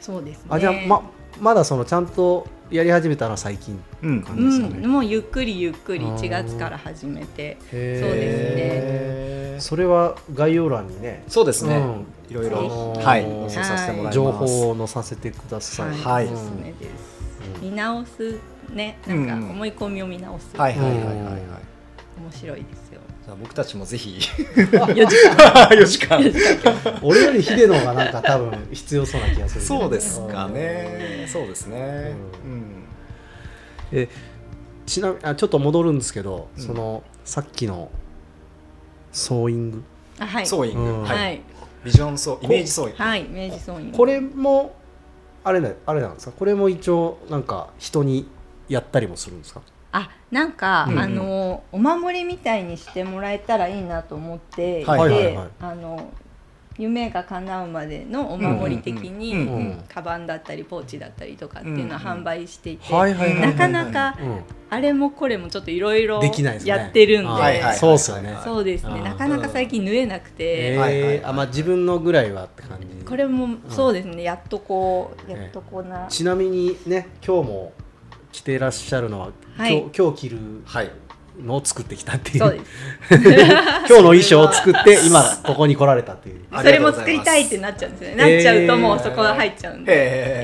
そうですね。あじゃあままだそのちゃんとやり始めたのは最近うん感うじですかね、ん、もうゆっくりゆっくりあー1月から始めてそうですねそれは概要欄にね、そうですね、うんいろいあろのーはい載せさせてもらいます情報を載させてください。はいおすすめです、見直すねなんかうん思い込みを見直す、はいはいはいはいはい面白いですよじゃあ僕たちもぜひ4時間 4時間俺よりヒデの方がなんか多分必要そうな気がする。そうですかねそうですねうんちなみあちょっと戻るんですけど、うんそのさっきのソーイング、あはいソーイング、うんは、はいいビジョンソーイメージソーイング、はい明治ソングこれもあれなあれなんですか？これも一応なんか人にやったりもするんですか？あなんか、うんうんあのお守りみたいにしてもらえたらいいなと思っていて、はいはいはいはいあの夢が叶うまでのお守り的に、うんうんうんカバンだったりポーチだったりとかっていうのは販売していて、うんうんはいはいはいはいなかなかうん、あれもこれもちょっといろいろできないですね。やってるんではいはい、そうですよね。そうですあねーなかなか最近縫えなくて、えーはいはいはいあまあ自分のぐらいはって感じ。これもそうですねやっとこうやっとこうな、ちなみにね今日も着てらっしゃるのは、はい今日今日着るはいのを作ってきたっていうそうです今日の衣装を作って今ここに来られたっていうそれも作りたいってなっちゃうんですよねなっちゃうともうそこが入っちゃうんで、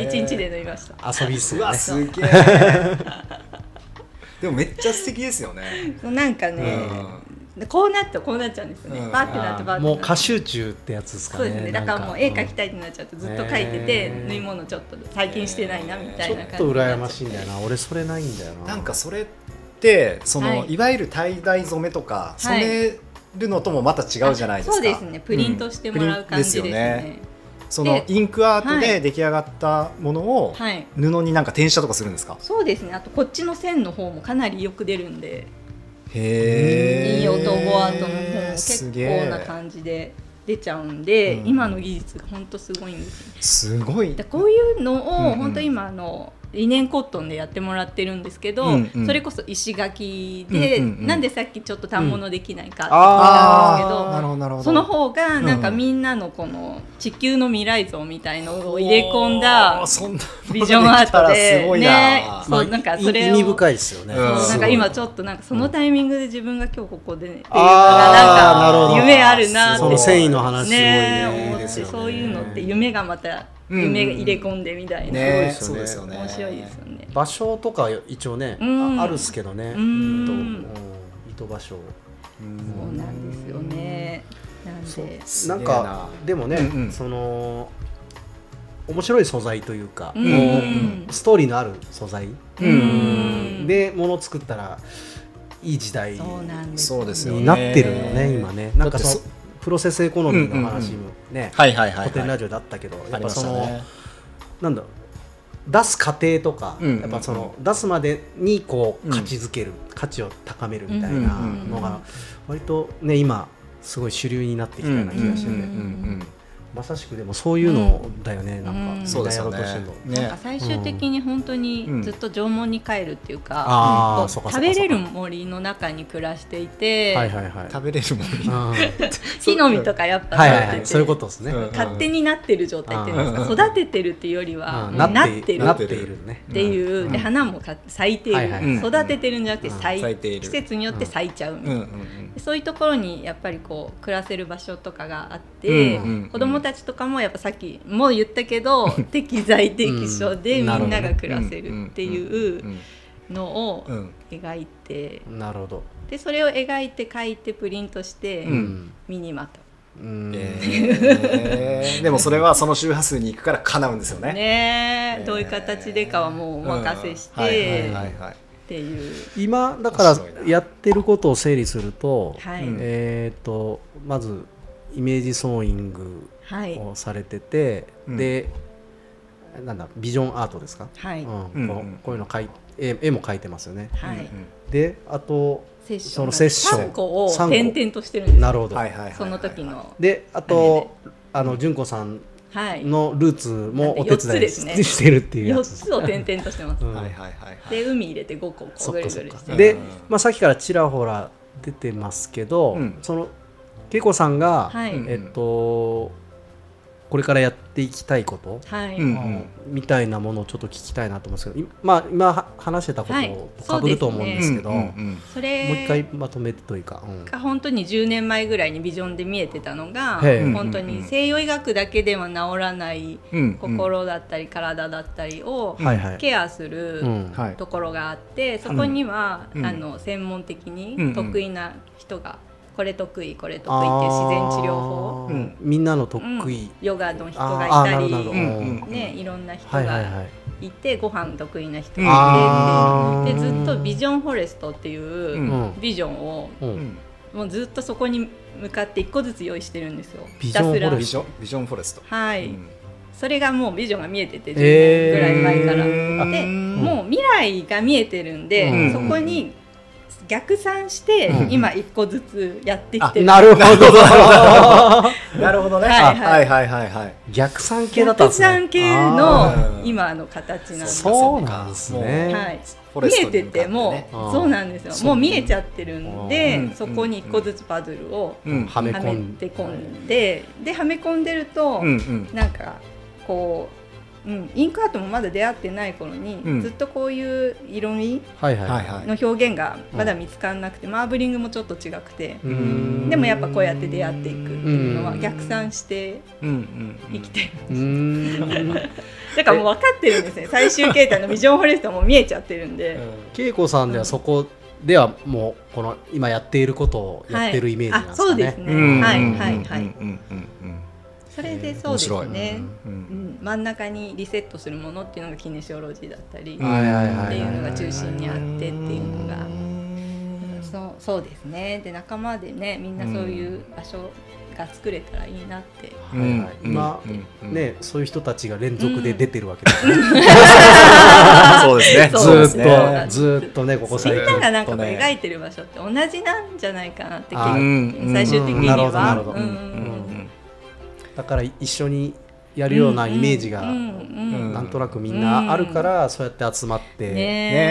えー一日で飲みました遊びっすうよわねすげえでもめっちゃ素敵ですよねそうなんかうね、んこうなってこうなっちゃうんですよね、うんバーってなってバーってなってもう歌集中ってやつですかそねうですねだからもう絵描きたいってなっちゃうとずっと描いてて、縫い物ちょっと最近してないなみたちいょなっ感じと羨ましいんだよな俺それないんだよななんかそれってその、はいい、わゆる橙色染めとか染めるのともまた違うじゃないですか、そうですねプリントしてもらう感じでうすね,、んプリントですよねそのインクアートで出来上がったものをはい布になんか転写とかするんですか、そうですねあとこっちの線の方もかなりよく出るんでへえいい音ボアートの方も結構なじ感じで出ちゃうんで、うん今の技術が本当すごいんですよすごいだからこういううんのうをん本当今あのリネンコットンでやってもらってるんですけど、うんうんそれこそ石垣うで、んうんうんなんでさっきちょっと反物できないかって言ったんですけど、ああなるほどなるほどその方がなんかうんみんなのこの地球の未来像みたいのを入れ込んだおーそんなビジョンアートすでごいねな、そうなんかそいれを意味深いですよね、うんそうなんか今ちょっっとなんかそのタイミングで自分が今日ここでねっていうのがあーなんなるほかど夢あるなってその繊維の話すごいねね思いいっでてすよねそういうのって夢がまたうんうんうん夢入れ込んでみたいな、 ねすごいですよね面白いですよね。場所とか一応ね、うんああるっすけどね、うんとうん糸場所うんそうなんですよね。なんそうで、なげんえなかでもね、うんうんその面白い素材というか、うんこうストーリーのある素材ううんでもの作ったらいい時代そうになんです、そうですよねなってるよね今ねなんかだってそそのプロセスエコノミーの話もねはいはいはい古典はラいジオだったけどやあっりぱましそたのねなんだろう出す過程とか、うんうんうんやっぱその出すまでにこううん価値づける、価値を高めるみたいなのうんうんうんが割とね今すごい主流になってきたような気がしてて、うんうんうんまさしくでもそういうのだよね、なんうかんそうですよみんなやろうねとしてるのなんかね最終的に本当にずっと縄文に帰るっていうか、ああ、こうそうかそ食うかべそれうかる森の中に暮らしていて、はいはいはい食べれるもんうんはい木の実とかやっぱはい食べてはいてそういうことですね、うん勝手になってる状態っていうんですうかん育ててるっていうよりうんはもうななっってているるっなっているねていううでん花もか咲いてはいはいうんいる育ててるんじゃなくてうん咲咲いているい季節によって咲いちゃうみたういんなうんうんでそういうところにやっぱりこう暮らせる場所とかがあうっんて、うんうん子どもたちとかもやっぱさっきも言ったけど適材適所でうんみんななるほどねが暮らせるっていうのをうんうん描いてなるほど、でそれを描いて描いてプリントして、うんミニマと。うんえーでもそれはその周波数に行くから叶うんですよねねええーどういう形でかはもうお任せしうんはいはていはっいはいていう今だから面白いなやってることを整理すると、はい、うんえー、とまずイメージソーイングはいをされてて、うんでなんだビジョンアートですか、はい、うんうんこうんうこういうの描い絵絵も描いてますよねうはいんうんであとセッションそのセッション3個を三個点々としてるんですよなるほど、はいはいはいはいその時のであとあの純子さんはいのルーツもお手だって四つ伝いでし,、すねてるっていうや4つつを点々としてますう。んはいはいはいはいで海入れて5個こうそぐっるかそぐっるしかて。で、うんまあ、さっきからちらほら出てますけど、うんそのけいこさんが、はいうんえっとこれからやっていきたいこと、はい、うんみたいなものをちょっと聞きたいなと思うんですけど今,、まあ、今は話してたことはいをかぶると思うんですけど、うんうんうんそもう一れ回まとめてというか、うんが本当に10年前ぐらいにビジョンで見えてたのがへえ本当に西洋医学だけでは治らないうん心だったり体だったりをはいはい、ケアするうんはいところがあってそこには、うんあの専門的うんうにん得意な人がこれ得意これ得意っていう自然治療法、あーうんみんなの得うん意、ヨガの人がいあーなたるほりどなるほど、うんうんね、いろんな人はいはいがはいいてご飯得意な人うんがあいてーでずっとビジョンフォレストっていうううんんビジョンをうんうんもうずっとそこに向かって一個ずつ用意してるんですよビジョンフォレビストジョンビジョンフォレストはい、うんそれがもうビジョンが見えてて10えー年ぐらい前から。うんでうんもう未来が見えてるんで、うんそこに逆算してうん今一個ずつやってきてる、なる ほどなるほどねはいはいあはいはいはいはい逆算系だったん逆ですね算系あーの今の形なんーです、そうなんですね、はい、フォレ見スえトにて向かってねもうあーそうなんですよもう見えちゃってるんで、うんそこに一個ずつパズルをうんはめはめ込んでて込んで、ではめ込んでると、うんうんなんかこううん、インクアートもまだ出会ってない頃に、うんずっとこういう色味はいはいはいはいの表現がまだ見つからなくて、マーブリングもちょっと違くて、うーんでもやっぱこうやって出会っていくっていうのうはん逆算してうんうんうん生きてる、うーんだからもう分かってるんですね最終形態のビジョンフォレストはもう見えちゃってるんで、恵子さんではそこではもうこの今やっていることをやってるイメージなんですあそかうね、ですね、うんはいうんはいはい、うんうんうんそれでそうで面白すいね、ううんん、真ん中にリセットするものっていうのがキネシオロジーだったり、うんはいはいっはていいうのはがい中心にあってっていうのが、そうそうですねで仲間でねみんなそういう場所が作れたらいいなって、うんはいはいうん今うんうんねそういう人たちが連続で出てるわけですね、そうですねそうでずすーねっと、ずーっとねここ最みん近ながなんかこうね描いてる場所って同じなんじゃないかなって結あ局うん最終的になるほどなはるほどうんだから一緒にやるようなイメージが、うんうんうんんなんとなくみんなあるから、そうやって集まって、ね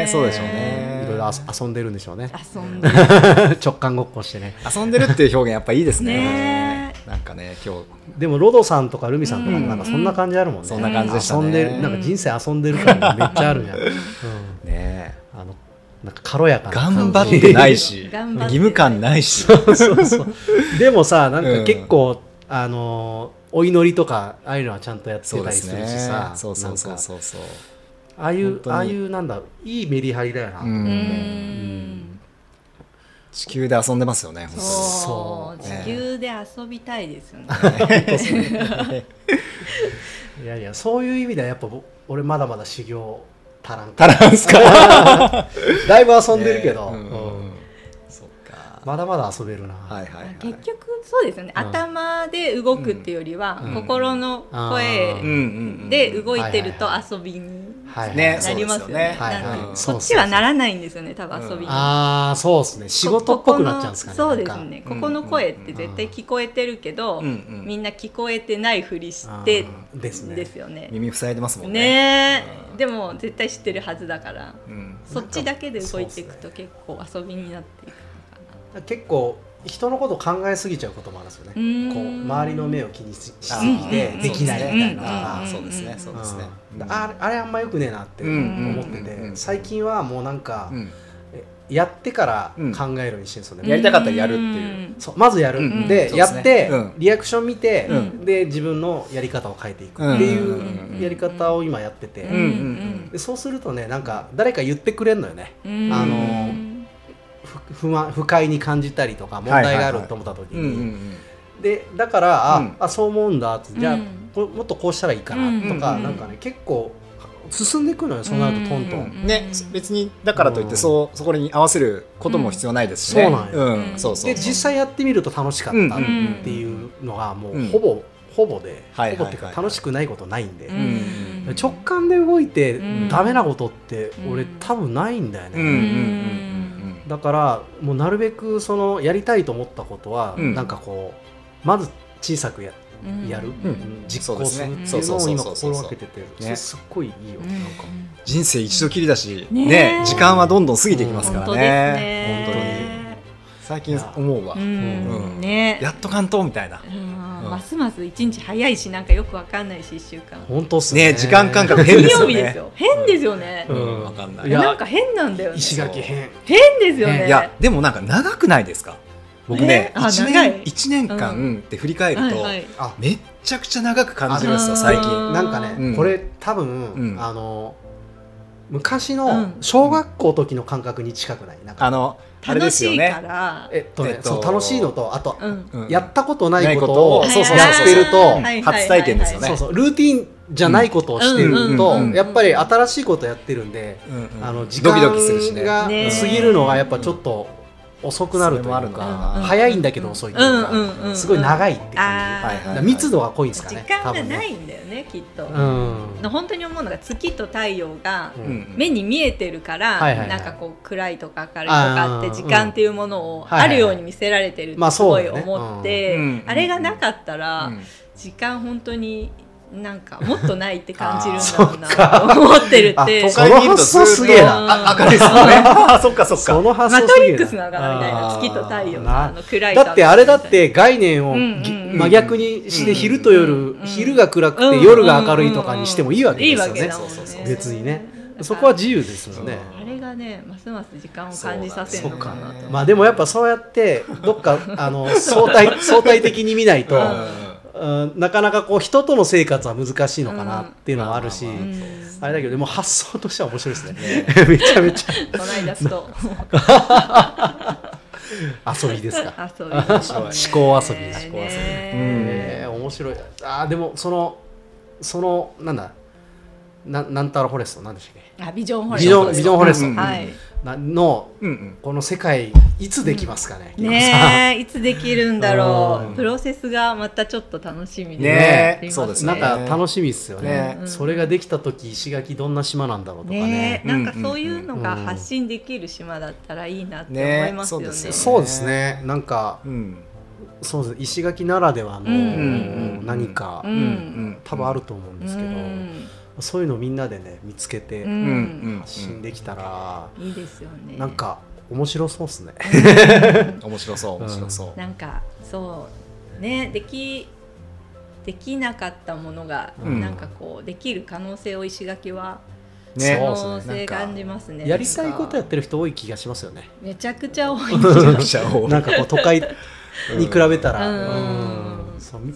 えねそうでしょうねいろいろ遊遊んでるんでしょうね遊んでる 直感ごっこしてね遊んでるっていう表現やっぱいいですねねなんかね今日でもロドさんとかルミさんとかもなんかそんな感じあるもんね、そんな感じでしたね遊んでるなんか人生遊んでる感がめっちゃあるじゃん、うんねあのなんか軽やかな感じ頑張ってないし義頑張って務感ないし そう そうでもさなんうかん結構、あのお祈りとかああいうのはちゃんとやってそうたでりすするねしさそうそうそうなんかそうそうああいう本当にああいうなんだいいメリハリだよな、うんうん地球で遊んでますよね本そうそう地球で遊びたいですよねいやいやそういう意味ではやっぱぼ俺まだまだ修行足らん当に足らんすかだいぶ遊んでるけど、ねうんうんそっかまだまだ遊べるな、はいはいはい結局そうですよね、うん頭で動くっていうよりは、うん心のうん声んで動いてるとはい遊びにはいはいねなりますそうよね。ですよねなんかはいはいこっちはならないんですよね、多分遊びに。ああそうですね仕事っぽくなっちゃうんですかねここなのんそかうですね。ここの声って絶対聞こえてるけど、うんうんみんな聞こえてないふりしあてーですねですよね。ね耳塞いでますもんねえ、でも絶対知ってるはずだから、うんそっちだけで動いていくと結構遊びになっていく結構人のこと考えすぎちゃうこともあるんですよねうーんこう周りの目を気にししすあぎーてうんできないみたいなのがあーうんそうですねそうですねうんあれあれあんまよくねえなって思うってんうんうんうてん最近はもうなんかうんえやってから考えるようにしてるんですよね、やりたかったらやるっていううんそうまずやる、うんでうんやって、うんリアクション見て、うんで自分のやり方を変えていくっていんうんうんうううやり方を今やってて、うんんでそうするとねなんか誰か言ってくれるのよねうんうんあのーふ不安不快に感じたりとか問題があると思った時に、うんうんでだからあ,、うんあそう思うんだってじゃあ、うんこもっとこうしたらいいかなとか、うんなんかね結構進んでいくのよそうなるとトントン。うんね別にだからといってそうそこに合わせることも必要ないですしねうんそうなんようんそうそうで実際やってみると楽しかったっんていうのがもううんほぼ、ほぼで、はいはいはいほぼっていうか楽しくないことないんで、うん直感で動いてうんダメなことって俺うん多分ないんだようんうんね、うんだからもうなるべくそのやりたいと思ったことは、うんなんかこうまず小さくやうんやる、ん実行するってそいううですのねを今そうそうそうそう心がけてて、それすっごいいいよ、うんなんか人生一度きりだしねね時間はどんどん過ぎていきますから本当ですねね最近思うわうんうんねやっと関東みたいなうんうんますます一日早いしなんかよくわかんないし一週間本当っすねね時間感覚変で金す曜よ日ですねよ変ですよねううんわかんないいやなんか変なんだよね石垣編変ですよねいやでもなんか長くないですか僕ねえあ1長い年一年間って振り返るとはいはいあめっちゃくちゃ長く感じるんですよ最あ近ーなんかね、うんこれ多分、うんあの昔うのん小学校の時の感覚に近くないなんか、あのあれで楽すしよいかねらえっとねえっとそう楽しいのとあと、うんうんやったことないことをないやことをそうそうそうってると、はいはい初体験ですよねそうそうルーティンじゃないことをしてると、うんうんうんうんやっぱり新しいことやってるんで、うんうんあの時ドキ間ドキするしねがね過ぎるのがやっぱちょっと遅くなるとそれいうもあるのか、かうんうんな早いんだけど遅いというか、うんうんうんうんすごい長いって感あーじ、密度が濃いんですか時ね間が多分ねないんだよねきっとうんの本当に思うのが月と太陽がうん目に見えてるから、はいはいはいなんかこう暗いとか明るいとかああっーて時間っていうものをはいはいあるように見せられてるっまあてすごいそうだね思ってうんあれがなかったうらん時間本当になんかもっとないって感じるあー んだろうなと思ってるっあて都そ会のにいると発ずっと想すげえなあ赤ですよねあ そっかそっそかの発マ想トすげリえックスなのかなみたいあなー月と太陽のなあの暗いだってあれだっダンスみて概念をうんぎうんうん真逆にして昼とうん夜うん昼が暗くたいなて夜が明るいとかにしてもいいわけですよいいねわけだもんねそうそうそう別にねそこは自由ですもんねあれがねますます時間を感じさせるのかなそうだとねまあでもやっぱそうやってどっかあの相対相対的に見ないとうんなかなかこう人との生活は難しいのかなっていうのはあるしうんうんあれだけどでも発想としては面白いですねねめちゃめちこの間 ふとゃ遊び ですかあそういうことね思考遊びね思考遊びねえー面白いあーでもそのそのなんだななんたらフォレストなんでしたっあビジョンホけレビジョンビジョンフォレスト、うんはいなのうんうんこの世界いつできますかね、ねえいつできるんだろうんうプロセスがまたちょっと楽しみでねありますそうですなねんか楽しみですよねねうんそれができた時石垣どんな島なんだろうとかねねえなんかそういうのがうん発信できる島だったらいいなって思いますよね。ねそうですよねそうですねなんかうんそうです石垣ならではのうんうん何か、うんうんうん多分あると思うんですけど、うんそういうのみんなでね見つけうてうんんうん発信できたら、いいですよね。なんか面白そうですね。面白そう面白そう なんかそうねできできなかったものが、うんなんかこうできる可能性を石垣は可ね能性感じますね。やりたいことやっなんかてる人多い気がしますよ ね。めちゃくちゃ多い。 めちゃくちゃ多いなんかこう都会に比べたら、うんうんそうみ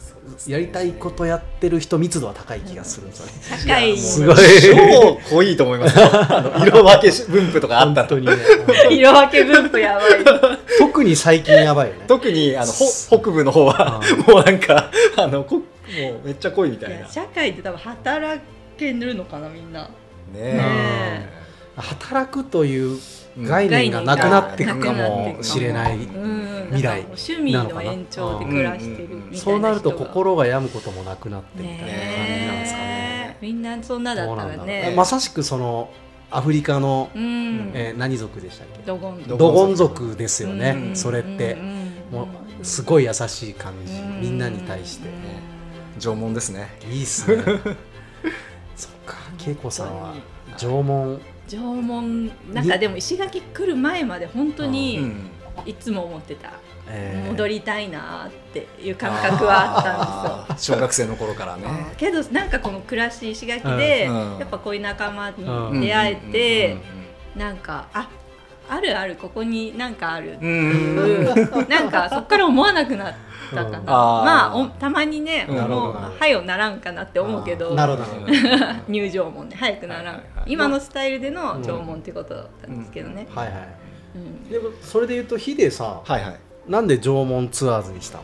やりたいことやってる人密度は高い気がするんですよね。高いすごい超濃いと思いますよあの色分け分布とかあった本ら当にね。うん 色分け分布やば い。特に最近やばいよね。特にあのほ北部の方はあ もうなんかあのこもうめっちゃ濃いみたいいなや社会って多分働けるのかなみんな。ね働くといううん概念がなくなっていくか概念がなくなっていくかももしれない。うん未来なんか趣味の延長で暮らしてるみたいな人がそうなると心が病むこともなくなってみたいな感じなんですかねね。えみんなそんなだどっうなたんだろらうね。まさしくそのアフリカの、うんえー何族でしたっけ？ドゴンドドゴン族ですよね、うんそれって、うんもうすごい優しい感じ、みんなに対して、縄文ですねいいっすね そっか恵子さんは縄文縄文なんかでも石垣来る前まで本当うにんいつも思ってた、えー戻りたいなーっていう感覚はあったんですんですよよ。小学生の頃からねあーけどなんかこの暮らし石垣で、うんうんやっぱこういう仲間うんに出会えて、うんなんかああるあるここになんかあるってうんうんうんいう、なんかそこから思わなくなったかな、うんまあーあおたまにねなるほもどうなるほどはよならんかなって思うけどなるほどうん入場もね早くならん、はいはいはい今のスタイルでの縄文ってことだったんですけどね、はいはいうんでもそれで言うとヒデさんはいはいなんで縄文ツアーズにしたの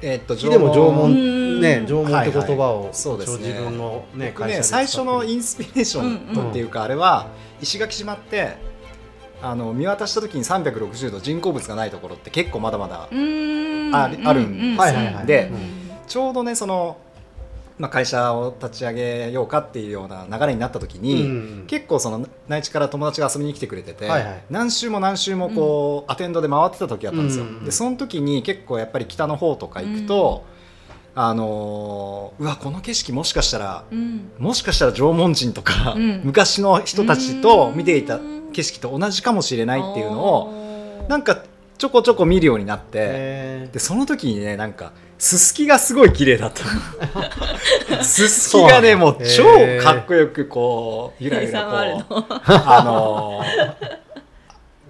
えーっとヒデも縄う文んね縄文って言葉はいをはいそうですね自分のね僕会社ねで最初のインスピレーシうんうョんンっていうかあれは石垣島ってあの見渡した時に360度人工物がないところって結構まだまだうーんああるんですよはいはいはいでうんちょうどねその、まあ、会社を立ち上げようかっていうような流れになった時に、うん結構その内地から友達が遊びに来てくれてて、はいはい何週も何週もこう、アテンドで回ってた時だったんですよ、うんでその時に結構やっぱり北の方とか行くと、あのーうわこの景色もしかしたらうんもしかしたら縄文人とか、うん昔の人たちと見ていたうん景色と同じかもしれないっていうのををなんんかちょこちょこ見るようになって。えでその時にねなんかすすきがすごい綺麗だったのすすきそうながんだねもう超へーかっこよくこうゆらゆらあるこう のあのー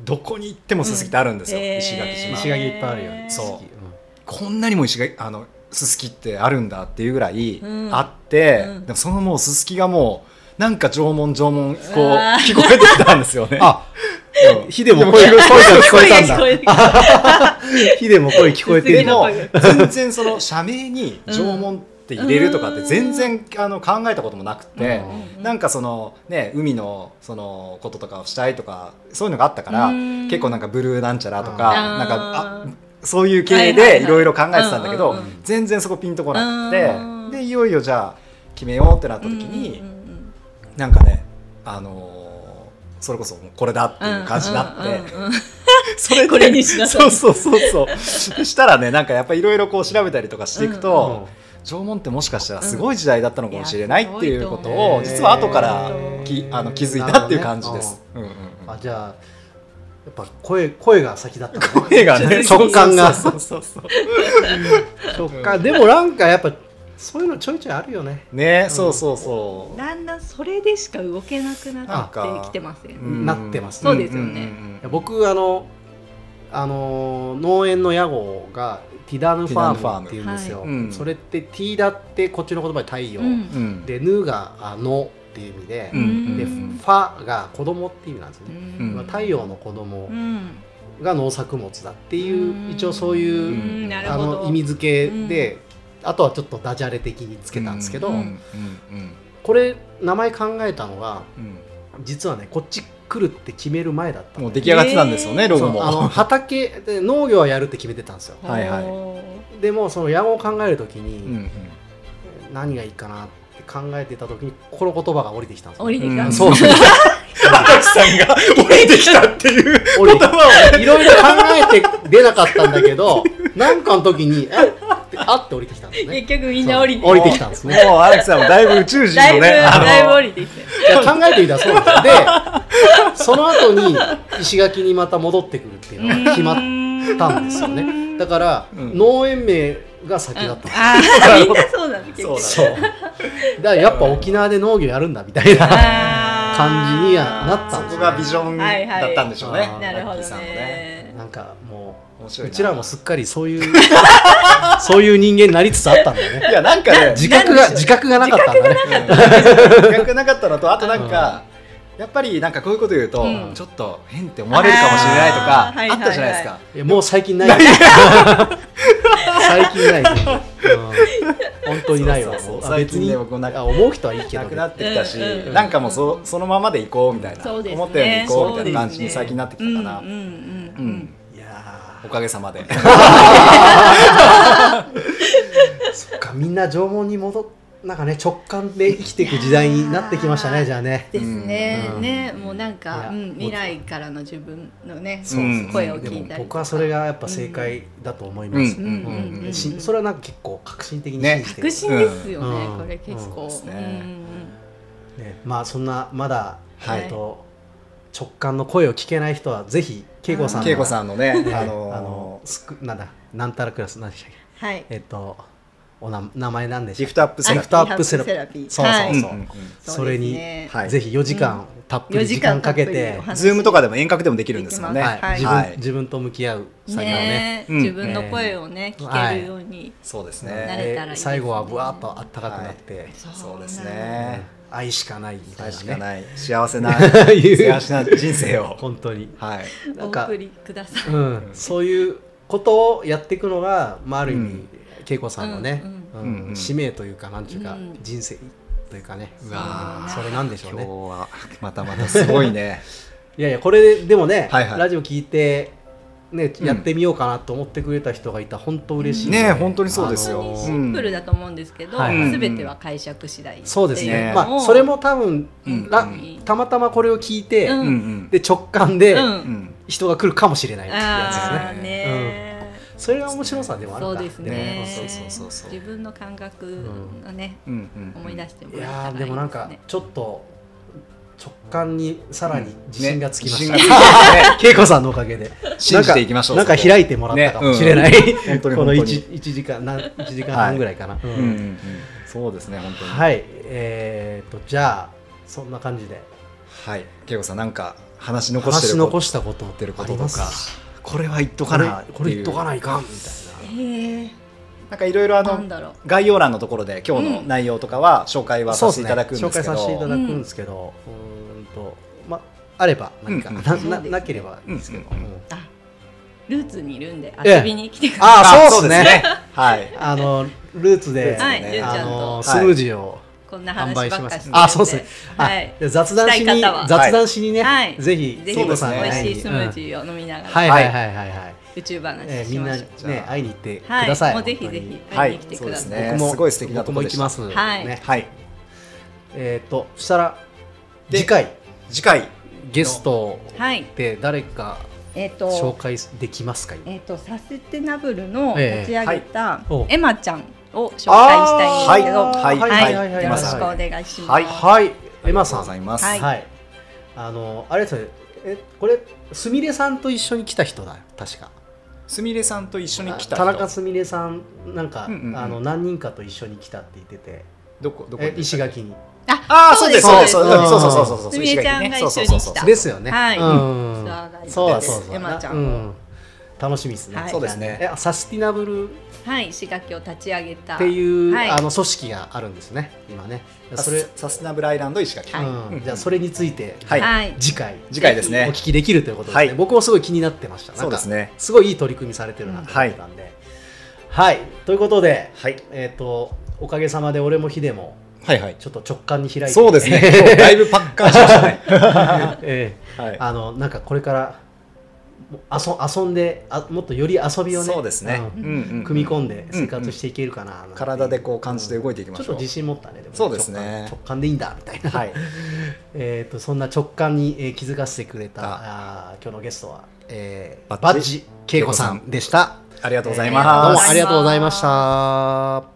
どこに行ってもすすきってあるんですよ、うん石垣ー島、石垣いっぱいあるよねそうこんなにも石垣あのすすきってあるんだっていうぐらいうんあって、うんでもそのもうすすきがもうなんか縄文縄文こううわー聞こえてきたんですよね あうんヒデも声が聞こえたんだ 声が聞こえてきた ヒデも声聞こえてでるもの全然その社名に縄文って入れるとかって全然あの考えたこともなくて、うんなんかそのね海のそのこととかをしたいとかそういうのがあったから、うん結構なんかブルーなんちゃらとか、うんなんかああそういう系はいはいはでいいろいろ考えてたんだけど、うんうんうん全然そこピンとこなくて、うんでいよいよじゃあ決めようってなった時に、うんうんなんかねあのーそれこそもうこれだってうんいう感じになって。うんうんうんそれでこれにしなさそいうそうそうそうしたらねなんかやっぱいろいろこう調べたりとかしていくと、縄文ってもしかしたらすごい時代だったのかもしれないうんっていうこといやすごいをと思う実は後からきへーあの気づいたっていう感じです。うんうんうんあじゃあやっぱ声声が先だったのね声がね直感がそうそうそうそう直感でもなんかやっぱそういうのちょいちょいあるよねねそうそうそう。だんだんそれでしか動けなくななんっかてきてますよね。うんなってますそうですよねんんうんいや僕あのあのー農園の屋号がティダヌフテァィダヌファーームムっていうんですよ、はいうんそれってティダってこっちの言葉で太陽、うんうんでヌがあのっていう意味でう、んでうフんァが子供って意味なんですようね、んまあ太陽の子供うんが農作物だっていう、うん一応そういう、うんなるあほどの意味付けで、あとはちょっとダジャレ的につけたんですけど、うんうんこれ名前考えたのがうん実はねこっち来るって決める前だったうんものう出来上がってたんですよえねーロそゴうあのも。畑で農業はやるって決めてたんですよはいはいおでもその野望を考えるときうんうにん何がいいかなって考えてたときにこの言葉が降りてきたんですーよ降りてきう た。ん そうそう荒木さんが降りてきたっていう降り言葉いろいろ考えて出なかったんだ けどなんかの時にえってあって降りてきたんですね結局みんな降りてそう降りてききた。たんですをねもう荒木さんもだいぶ宇宙人だいのぶねあのだいぶ降りてきた。いや考えてみたらそうなんですよでその後に石垣にまた戻ってくるっていうのが決まったんですよねだから、うん農園名が先だあったんですあみんなそうなの結局。そそうだからやっぱ沖縄で農業やるんだみたいな感じにはなったそんですこよがビジョンはいはいだったんでしょうね。あーなるほラッキーどさんもね。ね。なんかも面う白いうなちらもすっかりそういう そういう人間になりつつあったんだよねいやなんか ね自覚がなんでしょう自覚がなかったんだね自覚なかったのとあとなんか、やっぱりなんかこういうこと言うと、うんちょっと変って思われるかもしれないとかああ,、ーはいはいはいったじゃないですか、いやもう最近ない 最近ない、ねうん本当にないわそうそうそうもうあ最別近にね僕もなんかあ思う人はいいけどなね、くなってきたし、うんうんなんかもうそそのままでいこうみたいな、そうですね。思ったようにいこうみたいな感じにそう最です近ねなってきたかな、うんうんううんんいやおかげさまでーそっかみんな縄文に戻っなんかね直感で生きていく時代になってきましたねじゃあねですね、うんねもうなんか、ういやん、未来からの自分のねそうそう声をで聞いもたりとか僕はそれがやっぱ正解だと思います、ううんうんうんうんうんしそれはなんか結構革新的に信じてる確信ですよね、うんこれ結構、うんですねね、まあそんなまだ、はいえっと直感の声を聞けない人はぜひ恵子さんの恵子さんのね、ねああののーすくなんだなんたらクラス何でしたっけはいえっ、とおな名前なんでしリたっフトアップセセララピピートアップセラピーそうそうーピーはいー、そううんうんけそれに、そうですねはいぜひ4時間、たっぷ4り時時間間かけてたっぷりお、話ズームとかでも遠隔でもできるんですもんねではきまいすはは自分いい自分と向き合う作業をねね、うん自分の声をね、聞けるように、そうです慣ねれたらいいですでね最後はぶわっとあったかくなって、そうですなんね愛しかないみたい愛なしねかない幸せないう幸せな人生を本当に、はいだなんかお送りくださいうん、そういうことをやっていくのが、まあ、ある意味、うん恵子さんのね、ううんんうん使命というかなんていうか、うん人生というかねうわーそれなんでしょう今日ねはまたまたすごいねいやいやこれでもね、はいはいラジオ聞いて、ねうんやってみようかなと思ってくれた人がいたら本当嬉しいねえ本当にそうですよあの本当ーにシンプルだと思うんですけど、うんはいすべては解釈次第っていのをそうですねねまあそれも多分、うんらうんたまたまこれを聞いて、うんんで直感でうんうん人が来るかもしれないっていうやつですね、あーねそれが面白さでもあるそかうですねそうそうそうそう自分の感覚のね、うんうん思い出してもいらえやたらいいーですねでもなんかちょっと直感にさらに自信がつきました、ね自信がつきま したね恵子さんのおかげで信じていきましょうなんかなんそかこ開いてもらったかもしれない、 本当にこ本の当 1, に時間な1時間半ぐらいかな、うんうんうんうんそうですね本当にはいはいえー、とじゃあそんな感じで恵子さんなんか話残して話るし残ししたことっててるるここととととかかこれは言っとこかれなこれ言っとかないいかんみたいへえなんかいろいろあなのんだろう概要欄のところで今日の内容とかは紹介なはさせていただくんで紹す介けどさせていただくんですけど、うーんとまあれば何か、うんうんなそうですなねなければいいですけど、うんうんうんうんあルーツにいるんでええ遊びに来てくださあい、あーそうですねはいあのルーツで、ルーツはい、ねゆうちあゃんのとスムージーをこんな販話売しばっまかす、してあそうですね、はあい、じゃあ雑談ししたいに方は雑談しにね、はいぜひぜひ恵そう子ですねに会に美味しいスムージうんーを飲みながら、はいはいはいはいはい、宇宙話えーみしんまなしょう、じゃあね会いに行ってくはいださい、もうぜひぜひは会いいに来てそうくでだすさい、ね僕もすごい素敵なとこ僕もで行しきたます、はいねはいえっ、とそしたらで次回次回ゲストはいで誰かえっ、と紹介できますか、今えっ、とサステナブルの立ちええ上げたはいエマちゃんを紹介したいんですけど、あーははいいはいはいはいはいよろしくおは願いします。はいはい、エマありがとさうございん。ます、ははい。あの、あれですよね。え、これ、すみれさんと一緒に来た人だよ、確か。すみれさんと一緒に来た田人中すみれさん、なんか、うんうんうんあの、何人かと一緒に来たって言ってて。どこどこえ、石垣に。ああそうですそうですそううんそうそうそうそうすみれちゃんが一緒に来たそうそうそうそうですよね。はいうんツアーガイドですそうそうそう。エマちゃんうん。楽しみですね。はいそうですねえ、サスティナブルはい、石垣を立ち上げた。っていう、はいあの組織があるんですね。今ね。そそれれ、サステナブルアイランド石垣はいうん、じゃあそれについて、はいはい、次回次回ですおね聞きできるということですね。はい僕もすごい気になってました。なんかそうですねすごいいい取り組みされてるなと思ってたんで。はい、ということで、はいえっ、とおかげさまで俺もヒデもはいはいちょっと直感に開いて、そうですね 今日だいぶパッカーンしました ね え はいえあのなんかこれからも遊遊んであもっとより遊びをねそうですねうんうんうんうん組み込んで生活していけるかな,なんていう、体でこう感じて動いていきまちょっしょとう自信持ったねでもそうですね直感直感でいいんだみたいな、はい えー、とそんな直感に、えー気づかせてくれたあー今日のゲストは、えーバッジ恵子さんでした。ありがとうございあますーどうもありがとうございました。